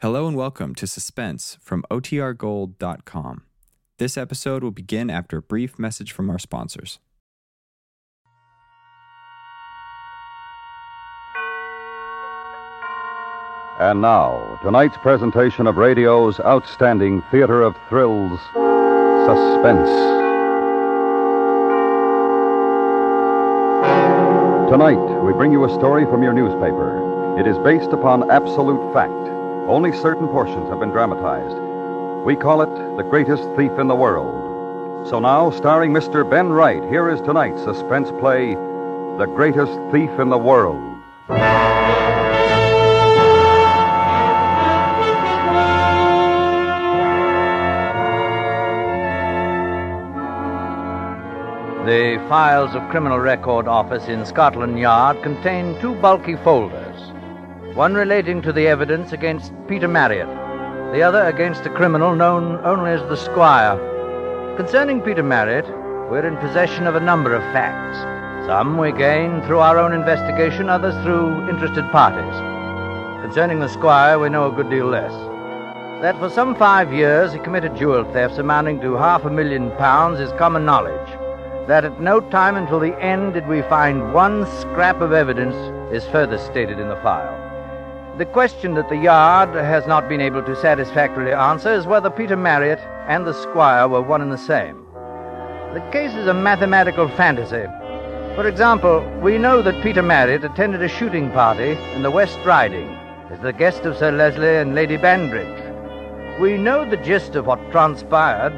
Hello and welcome to Suspense from OTRGold.com. This episode will begin after a brief message from our sponsors. And now, tonight's presentation of radio's outstanding theater of thrills, Suspense. Tonight, we bring you a story from your newspaper. It is based upon absolute fact. Only certain portions have been dramatized. We call it The Greatest Thief in the World. So now, starring Mr. Ben Wright, here is tonight's suspense play, The Greatest Thief in the World. The files of Criminal Record Office in Scotland Yard contain two bulky folders. One relating to the evidence against Peter Marriott, the other against a criminal known only as the Squire. Concerning Peter Marriott, we're in possession of a number of facts. Some we gain through our own investigation, others through interested parties. Concerning the Squire, we know a good deal less. That for some five years he committed jewel thefts amounting to half a million pounds is common knowledge that at no time until the end did we find one scrap of evidence is further stated in the file. The question that the Yard has not been able to satisfactorily answer is whether Peter Marriott and the Squire were one and the same. The case is a mathematical fantasy. For example, we know that Peter Marriott attended a shooting party in the West Riding as the guest of Sir Leslie and Lady Banbridge. We know the gist of what transpired,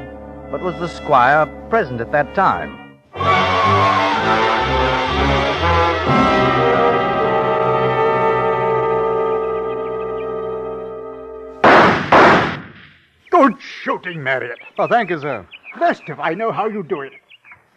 but was the Squire present at that time? Good shooting, Marriott. Oh, thank you, sir. Best if I know how you do it.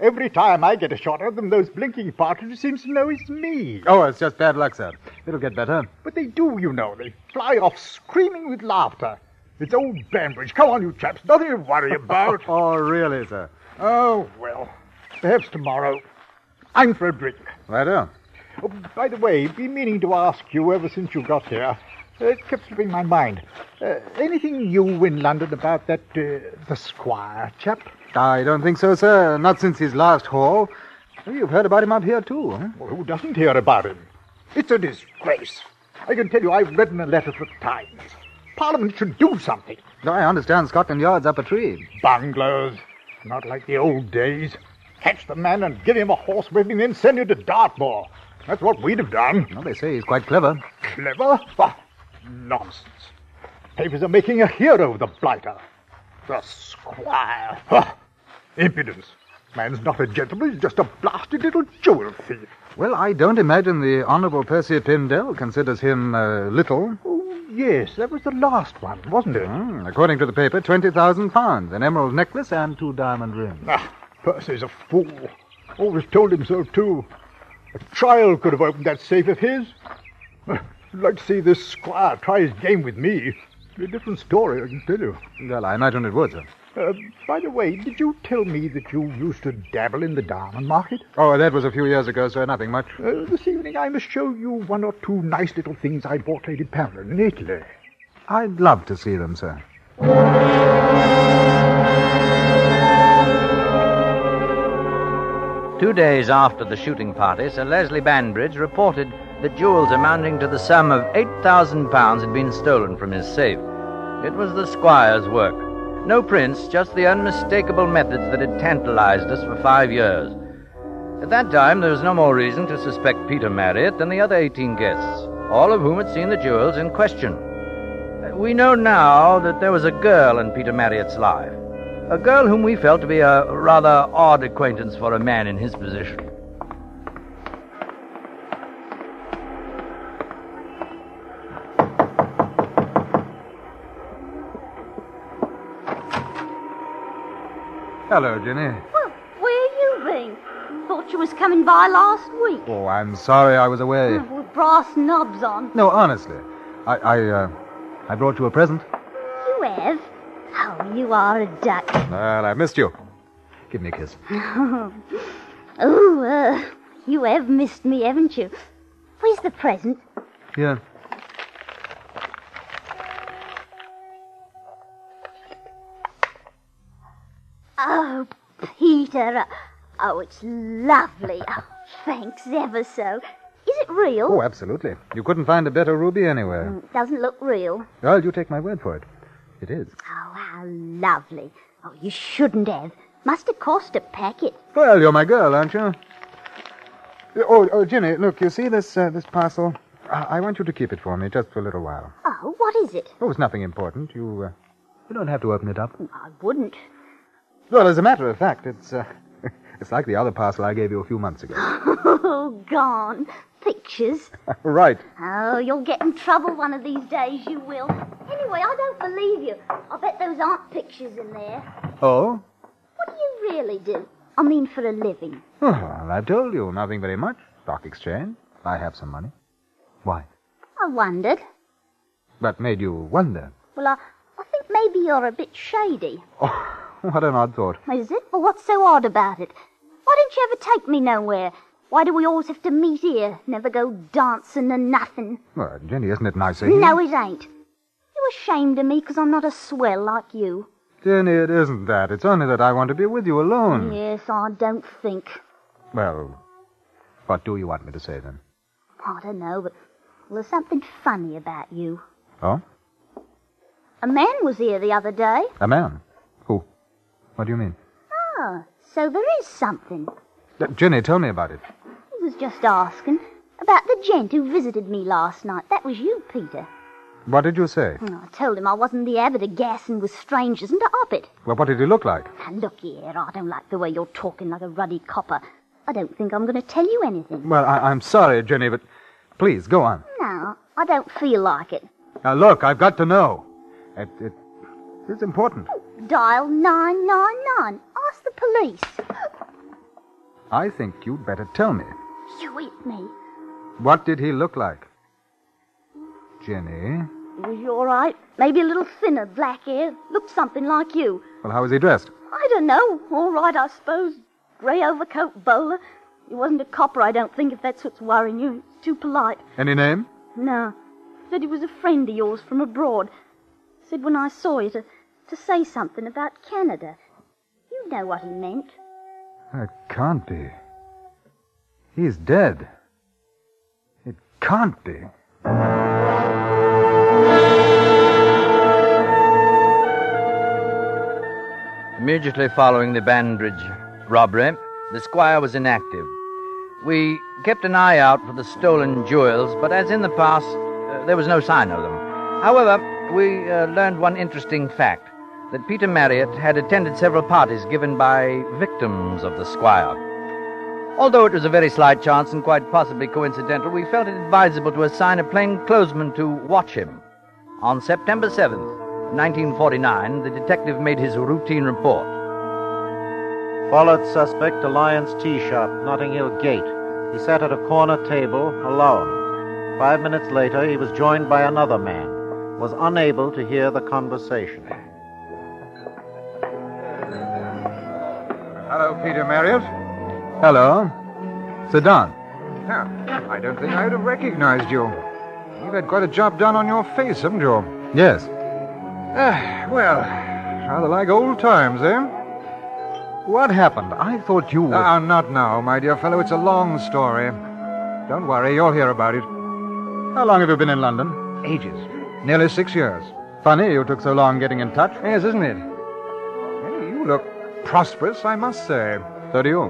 Every time I get a shot at them, those blinking partridges seems to know it's me. Oh, it's just bad luck, sir. It'll get better. But they do, you know. They fly off screaming with laughter. It's old Banbridge. Come on, you chaps. Nothing to worry about. Oh, really, sir? oh, well. Perhaps tomorrow. I'm for a drink. Righto. Oh, by the way, been meaning to ask you ever since you got here. Uh, It kept slipping my mind. Uh, anything new in London about that, uh, the squire chap? I don't think so, sir. Not since his last haul. You've heard about him up here, too, huh? Well, who doesn't hear about him? It's a disgrace. I can tell you, I've written a letter to the Times. Parliament should do something. I understand Scotland Yard's up a tree. Bunglers. Not like the old days. Catch the man and give him a horse whipping, then send him to Dartmoor. That's what we'd have done. Well, they say he's quite clever. Clever? Bah, nonsense. Papers are making a hero of the blighter. The squire. Bah, impudence. Man's not a gentleman, he's just a blasted little jewel thief. Well, I don't imagine the Honorable Percy Pindell considers him uh, little. Oh, yes, that was the last one, wasn't it? Hmm, according to the paper, 20,000 pounds, an emerald necklace, and two diamond rings. Ah, Percy's a fool. Always told him so, too. A child could have opened that safe of his. I'd like to see this squire try his game with me. A different story, I can tell you. Well, I imagine it would, sir. Uh, by the way, did you tell me that you used to dabble in the diamond market? Oh, that was a few years ago, sir. Nothing much. Uh, this evening I must show you one or two nice little things I bought Lady Pamela in Italy. I'd love to see them, sir. Two days after the shooting party, Sir Leslie Banbridge reported that jewels amounting to the sum of £8,000 had been stolen from his safe. It was the squire's work. No prints, just the unmistakable methods that had tantalized us for five years. At that time, there was no more reason to suspect Peter Marriott than the other 18 guests, all of whom had seen the jewels in question. Uh, We know now that there was a girl in Peter Marriott's life. A girl whom we felt to be a rather odd acquaintance for a man in his position. Hello, Jenny. Well, where you been? Thought you was coming by last week. Oh, I'm sorry I was away. Oh, With brass knobs on. No, honestly. I, I, uh, I brought you a present. You have? Oh, you are a duck. Well, I missed you. Give me a kiss. Oh, uh, you have missed me, haven't you? Where's the present? Here. Oh, Peter. Oh, it's lovely. Oh, thanks ever so. Is it real? Oh, absolutely. You couldn't find a better ruby anywhere. It doesn't look real. Well, you take my word for it. It is. Oh, how lovely. Oh, you shouldn't have. Must have cost a packet. Well, you're my girl, aren't you? Oh, oh, Ginny, look, you see this uh, this parcel? I-, I want you to keep it for me just for a little while. Oh, what is it? Oh, it's nothing important. You, uh, you don't have to open it up. I wouldn't. Well, as a matter of fact, it's uh, it's like the other parcel I gave you a few months ago. Oh, gone. Pictures. right. Oh, you'll get in trouble one of these days, you will. Anyway, I don't believe you. I bet those aren't pictures in there. Oh? What do you really do? I mean, for a living. Oh, Well, I've told you, nothing very much. Stock exchange. I have some money. Why? I wondered. That made you wonder. Well, I, I think maybe you're a bit shady. Oh, what an odd thought. Is it? Well, what's so odd about it? Why don't you ever take me nowhere? Why do we always have to meet here? Never go dancing and nothing. Well, Jenny, isn't it nice of you? No, it ain't. You're ashamed of me 'cause I'm not a swell like you. Jenny, it isn't that. It's only that I want to be with you alone. Yes, I don't think. Well, what do you want me to say then? I don't know, but well, there's something funny about you. Oh? A man was here the other day. A man? Who? What do you mean? Ah, so there is something. Uh, Jenny, tell me about it. He was just asking about the gent who visited me last night. That was you, Peter. What did you say? And I told him I wasn't the habit of gassing with strangers and to up it. Well, what did he look like? Now, look here, I don't like the way you're talking like a ruddy copper. I don't think I'm going to tell you anything. Well, I- I'm sorry, Jenny, but please go on. No, I don't feel like it. Now, look, I've got to know. It, it, it's important. Dial 999. Ask the police. I think you'd better tell me. You eat me. What did he look like? Jenny? Was you all right? Maybe a little thinner, black hair. Looked something like you. Well, how was he dressed? I don't know. All right, I suppose. Grey overcoat bowler. He wasn't a copper, I don't think, if that's what's worrying you. He's too polite. Any name? No. Said he was a friend of yours from abroad. Said when I saw you to, to say something about Canada. You know what he meant. It can't be. He's dead. It can't be. Immediately following the bandage robbery, the squire was inactive. We kept an eye out for the stolen jewels, but as in the past, uh, there was no sign of them. However, we uh, learned one interesting fact that Peter Marriott had attended several parties given by victims of the squire. Although it was a very slight chance and quite possibly coincidental, we felt it advisable to assign a plainclothesman to watch him. On September 7th, 1949, the detective made his routine report. Followed suspect to Lyons Tea Shop, Notting Hill Gate. He sat at a corner table, alone. Five minutes later, he was joined by another man. Was unable to hear the conversation. Hello, Peter Marriott. Hello. Sit down. Yeah, I don't think I would have recognized you. You've had quite a job done on your face, haven't you? Yes. Ah, well, rather like old times, eh? What happened? I thought you were. Ah, not now, my dear fellow. It's a long story. Don't worry, you'll hear about it. How long have you been in London? Ages. Nearly six years. Funny you took so long getting in touch. Yes, isn't it? Hey, you look prosperous, I must say. So do you.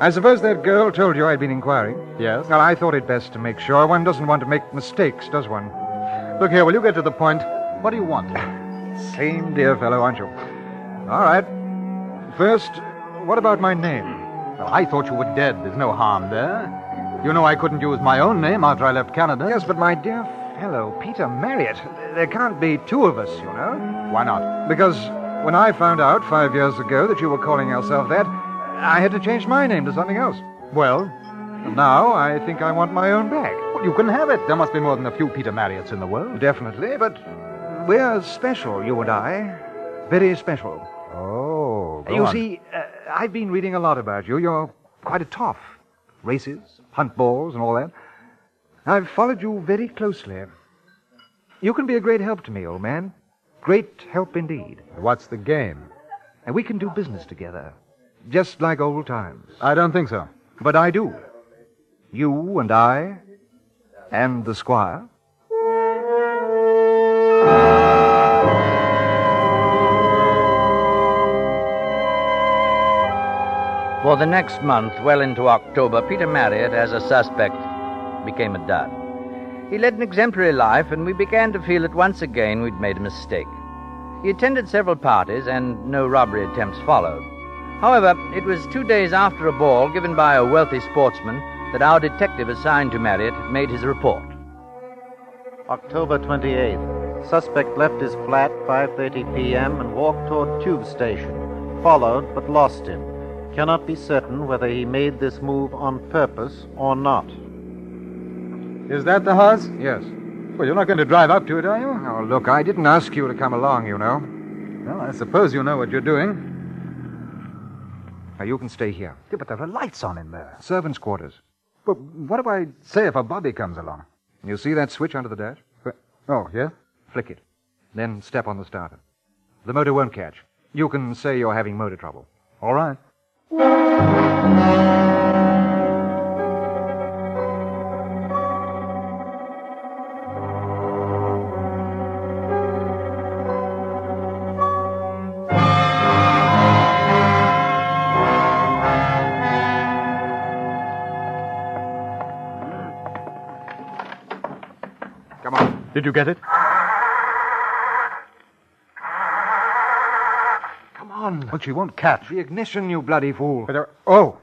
I suppose that girl told you I'd been inquiring. Yes. Well, I thought it best to make sure. One doesn't want to make mistakes, does one? Look here, will you get to the point? What do you want? Same dear fellow, aren't you? All right. First, what about my name? Well, I thought you were dead. There's no harm there. You know I couldn't use my own name after I left Canada. Yes, but my dear fellow, Peter Marriott, there can't be two of us, you know. Why not? Because when I found out five years ago that you were calling yourself that, I had to change my name to something else. Well, now I think I want my own back. Well, you can have it. There must be more than a few Peter Marriotts in the world. Definitely, but we're special, you and I. Very special. Oh, go you on. see, See, uh, I've been reading a lot about you. You're quite a toff. Races, hunt balls, and all that. I've followed you very closely. You can be a great help to me, old man. Great help indeed. What's the game? and we can do business together. Just like old times. I don't think so. But I do. You and I, and the squire. For the next month, well into October, Peter Marriott, as a suspect, became a dud. He led an exemplary life, and we began to feel that once again we'd made a mistake. He attended several parties, and no robbery attempts followed. However, it was two days after a ball given by a wealthy sportsman that our detective assigned to Marriott made his report. October 28th. Suspect left his flat 5:30 p.m. and walked toward tube station. Followed but lost him. Cannot be certain whether he made this move on purpose or not. Is that the house? Yes. Well, you're not going to drive up to it, are you? Oh, look, I didn't ask you to come along, you know. Well, I suppose you know what you're doing. Now, you can stay here. Yeah, but there are lights on in there. Servants' quarters. But what do I say if a bobby comes along? You see that switch under the dash? Oh, yeah? Flick it. Then step on the starter. The motor won't catch. You can say you're having motor trouble. All right. Come on. Did you get it? Come on. But she won't catch. The ignition, you bloody fool. But, uh, oh,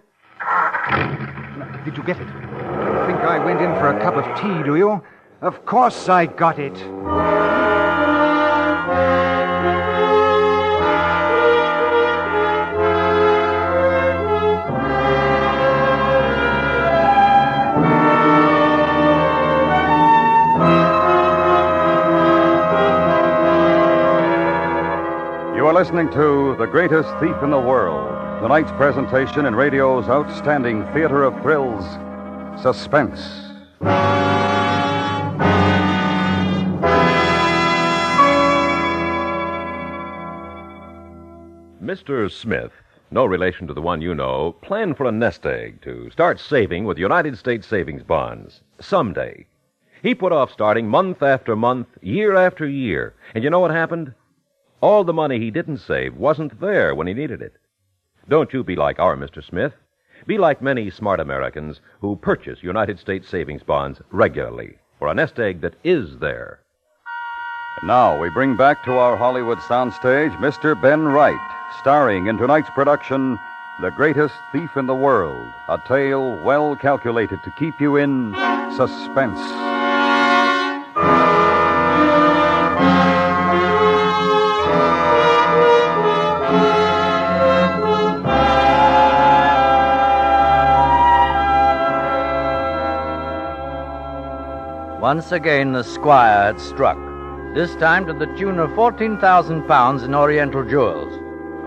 Did you get it? Think I went in for a cup of tea, do you? Of course I got it. You are listening to The Greatest Thief in the World, tonight's presentation in radio's outstanding theater of thrills, Suspense. Mr. Smith, no relation to the one you know, planned for a nest egg to start saving with United States savings bonds someday. He put off starting month after month, year after year. And you know what happened? All the money he didn't save wasn't there when he needed it. Don't you be like our Mr. Smith. Be like many smart Americans who purchase United States savings bonds regularly for a nest egg that is there. Now we bring back to our Hollywood soundstage Mr. Ben Wright, starring in tonight's production, The Greatest Thief in the World, a tale well calculated to keep you in suspense. Once again, the squire had struck, this time to the tune of 14,000 pounds in Oriental jewels.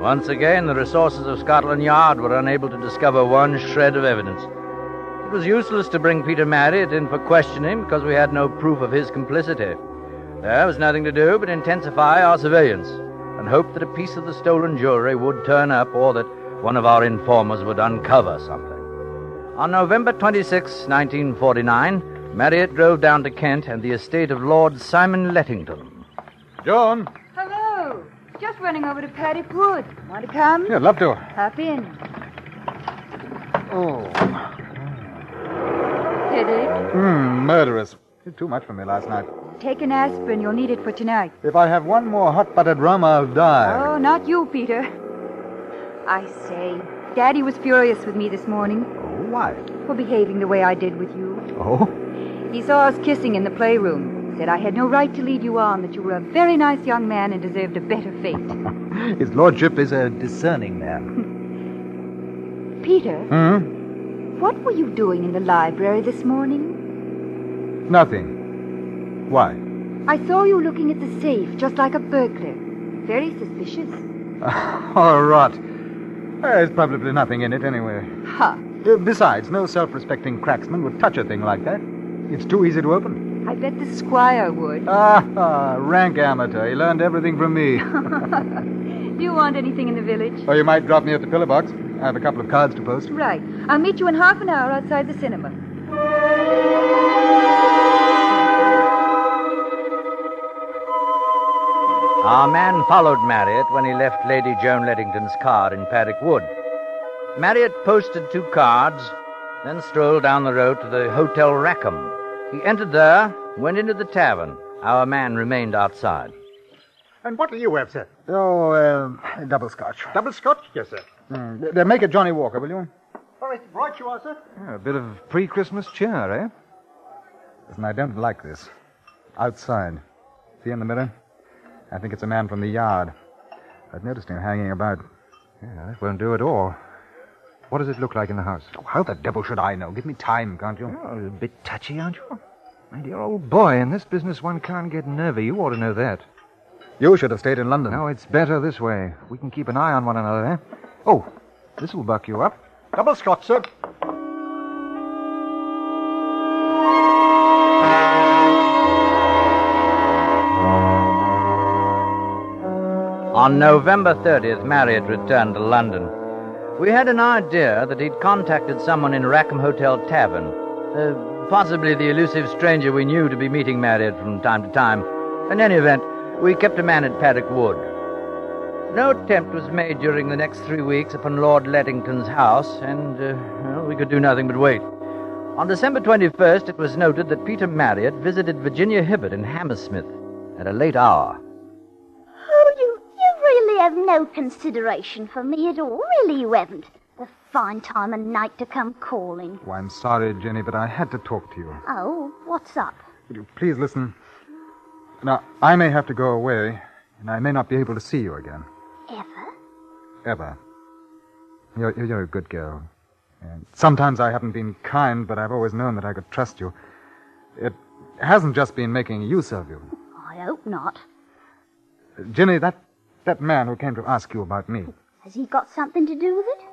Once again, the resources of Scotland Yard were unable to discover one shred of evidence. It was useless to bring Peter Marriott in for questioning because we had no proof of his complicity. There was nothing to do but intensify our surveillance and hope that a piece of the stolen jewelry would turn up or that one of our informers would uncover something. On November 26, 1949, Marriott drove down to Kent and the estate of Lord Simon Lettington. John. Hello. Just running over to Paddock Wood. Want to come? Yeah, love to. Hop in. Oh. Headache. Hmm, murderous. Did too much for me last night. Take an aspirin. You'll need it for tonight. If I have one more hot buttered rum, I'll die. Oh, not you, Peter. I say, Daddy was furious with me this morning Uh, Why? for behaving the way I did with you. Oh? He saw us kissing in the playroom. Said I had no right to lead you on, that you were a very nice young man and deserved a better fate. His lordship is a discerning man. Peter, Hmm? what were you doing in the library this morning? Nothing. Why? I saw you looking at the safe, just like a burglar. Very suspicious. Oh, rot. There's probably nothing in it anyway. Ha! Uh, besides, no self respecting cracksman would touch a thing like that. It's too easy to open. I bet the squire would. Ah, ah, rank amateur. He learned everything from me. Do you want anything in the village? Or Oh, you might drop me at the pillar box. I have a couple of cards to post. Right. I'll meet you in half an hour outside the cinema. Our man followed Marriott when he left Lady Joan Lettington's car in Paddock Wood. Marriott posted two cards, then strolled down the road to the Hotel Rackham. He entered there, went into the tavern. Our man remained outside. And what do you have, sir? Oh, uh, double scotch. Double scotch? Yes, sir. Mm, Then make it Johnny Walker, will you? All right, right you are, sir. a bit of pre Christmas cheer, eh? Listen, I don't like this. Outside. See in the mirror? I think it's a man from the yard. I've noticed him hanging about. Yeah, that won't do at all. What does it look like in the house? Oh, how the devil should I know? Give me time, can't you? a bit touchy, aren't you? My dear old boy, in this business one can't get nervy. You ought to know that. You should have stayed in London. No, it's better this way. We can keep an eye on one another, eh? Oh, this will buck you up. Double scotch, sir. On November 30th, Marriott returned to London. We had an idea that he'd contacted someone in Rackham Hotel Tavern, uh, possibly the elusive stranger we knew to be meeting Marriott from time to time. In any event, we kept a man at Paddock Wood. No attempt was made during the next three weeks upon Lord Lettington's house, and uh, well, we could do nothing but wait. On December 21st, it was noted that Peter Marriott visited Virginia Hibbert in Hammersmith at a late hour. Oh, you, you really have no consideration for me at all. Really, you haven't. The fine time of night to come calling. Oh, I'm sorry, Jenny, but I had to talk to you. Oh, what's up? Would you please listen? Now, I may have to go away, and I may not be able to see you again, Ever? ever. You're, you're you're a good girl. And sometimes I haven't been kind, but I've always known that I could trust you. It hasn't just been making use of you. I hope not. Jenny, that, that man who came to ask you about me. Has he got something to do with it?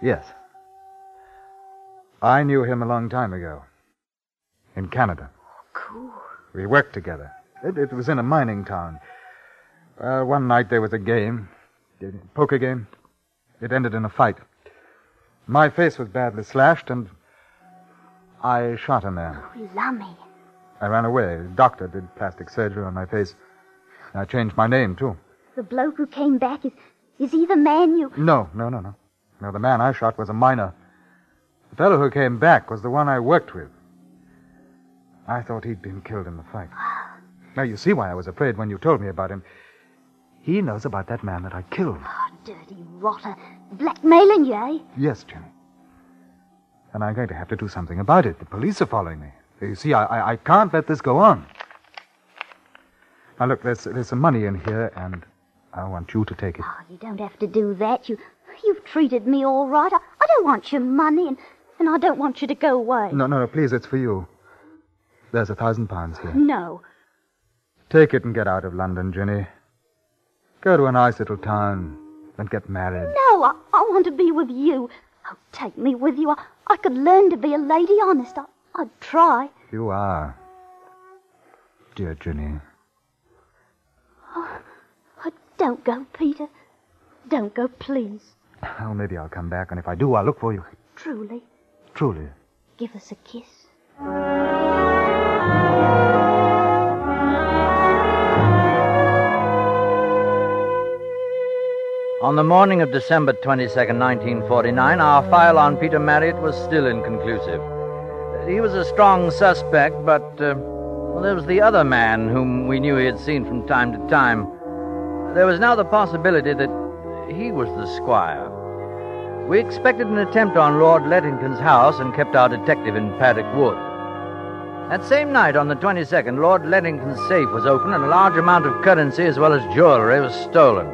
Yes. I knew him a long time ago. In Canada. Cool. We worked together. It, it was in a mining town. Uh, one night there was a game, a poker game. It ended in a fight. My face was badly slashed, and I shot a man. Lummy. I ran away. The doctor did plastic surgery on my face. I changed my name, too. The bloke who came back is is he the man you No, no, no, no. No, the man I shot was a miner. The fellow who came back was the one I worked with. I thought he'd been killed in the fight. Now, you see why I was afraid when you told me about him. He knows about that man that I killed. dirty rotter blackmailing you, eh? Yes, Jenny. And I'm going to have to do something about it. The police are following me. You see, I, I, I can't let this go on. Now, look, there's, there's some money in here, and I want you to take it. Oh, you don't have to do that. You you've treated me all right. I, I don't want your money and and I don't want you to go away. No, no, no, please, it's for you. There's a thousand pounds here. No. Take it and get out of London, Jenny. Go to a nice little town and get married. No, I, I want to be with you. Oh, take me with you. I, I could learn to be a lady, honest. I, I'd try. You are. Dear Jenny. Don't go, Peter. Don't go, please. Well, maybe I'll come back, and if I do, I'll look for you. Truly, Truly. give us a kiss. On the morning of December 22nd, 1949, our file on Peter Marriott was still inconclusive. He was a strong suspect, but uh, well, there was the other man whom we knew he had seen from time to time. There was now the possibility that he was the squire. We expected an attempt on Lord Lettington's house and kept our detective in Paddock Wood. That same night, on the 22nd, Lord Lettington's safe was opened and a large amount of currency as well as jewelry was stolen.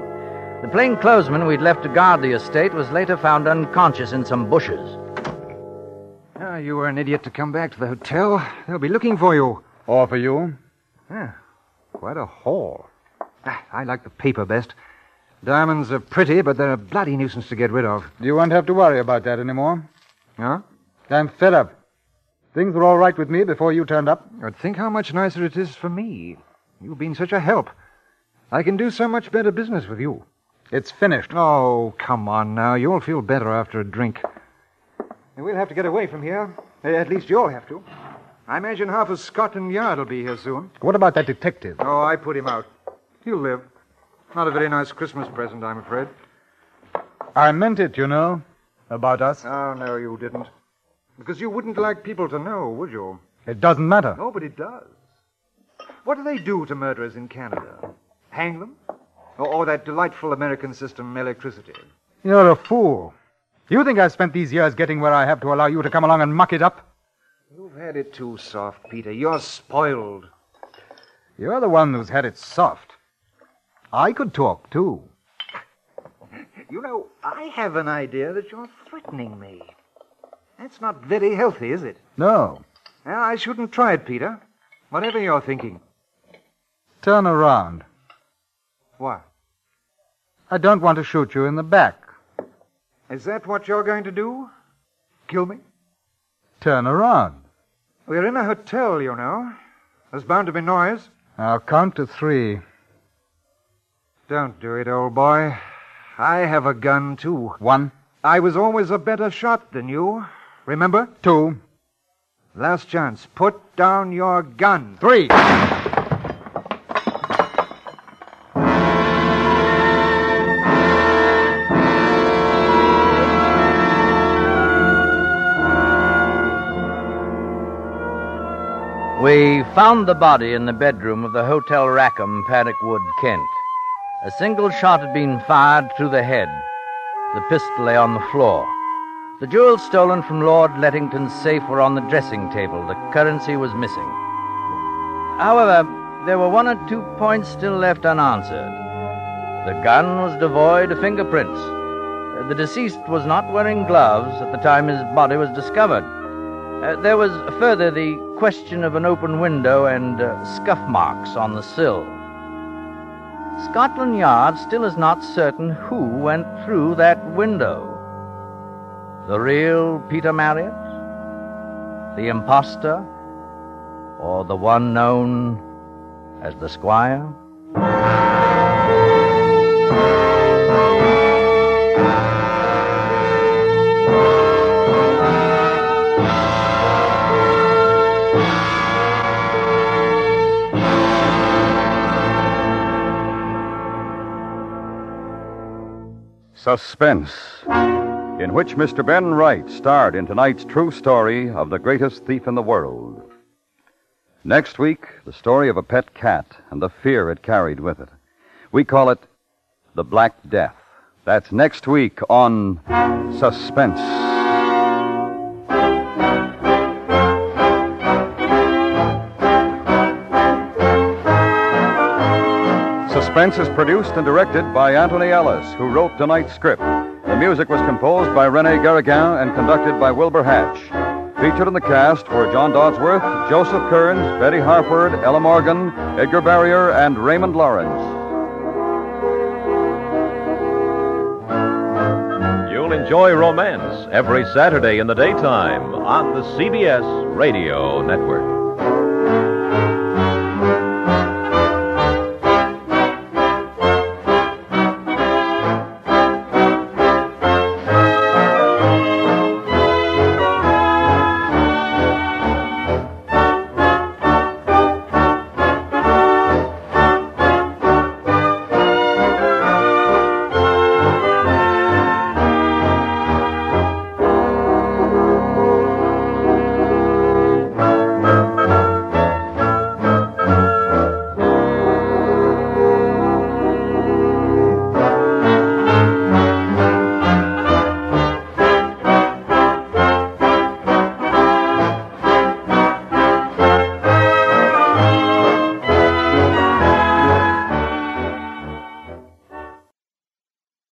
The plainclothesman we'd left to guard the estate was later found unconscious in some bushes. Ah, you were an idiot to come back to the hotel. They'll be looking for you. Or for you. Yeah, quite a haul. Ah, I like the paper best. Diamonds are pretty, but they're a bloody nuisance to get rid of. You won't have to worry about that anymore. Huh? I'm fed up. Things were all right with me before you turned up. But think how much nicer it is for me. You've been such a help. I can do so much better business with you. It's finished. Oh, come on now. You'll feel better after a drink. We'll have to get away from here. Eh, At least you'll have to. I imagine half of Scotland Yard will be here soon. What about that detective? Oh, I put him out. He'll live. Not a very nice Christmas present, I'm afraid. I meant it, you know. About us. Oh, no, you didn't. Because you wouldn't like people to know, Oh, would you? It doesn't matter. No, but it does. What do they do to murderers in Canada? Hang them? Or, or that delightful American system, electricity? You're a fool. You think I've spent these years getting where I have to allow you to come along and muck it up? You've had it too soft, Peter. You're spoiled. You're the one who's had it soft. I could talk, too. You know, I have an idea that you're threatening me. That's not very healthy, is it? No. Well, I shouldn't try it, Peter. Whatever you're thinking. Turn around. What? I don't want to shoot you in the back. Is that what you're going to do? Kill me? Turn around. We're in a hotel, you know. There's bound to be noise. I'll count to three. Don't do it, old boy. I have a gun, too. One, I was always a better shot than you. Remember? two, Last chance. Put down your gun. three. We found the body in the bedroom of the Hotel Rackham, Paddock Wood, Kent. A single shot had been fired through the head. The pistol lay on the floor. The jewels stolen from Lord Lettington's safe were on the dressing table. The currency was missing. However, there were one or two points still left unanswered. The gun was devoid of fingerprints. Uh, The deceased was not wearing gloves at the time his body was discovered. Uh, there was further the question of an open window and uh, scuff marks on the sill. Scotland Yard still is not certain who went through that window. The real Peter Marriott? The impostor? Or the one known as the Squire? Suspense, in which Mr. Ben Wright starred in tonight's true story of the greatest thief in the world. Next week, the story of a pet cat and the fear it carried with it. We call it The Black Death. That's next week on Suspense. Suspense is produced and directed by Anthony Ellis, who wrote tonight's script. The music was composed by Rene Garrigan and conducted by Wilbur Hatch. Featured in the cast were John Dodsworth, Joseph Kearns, Betty Harford, Ella Morgan, Edgar Barrier, and Raymond Lawrence. You'll enjoy romance every Saturday in the daytime on the CBS Radio Network.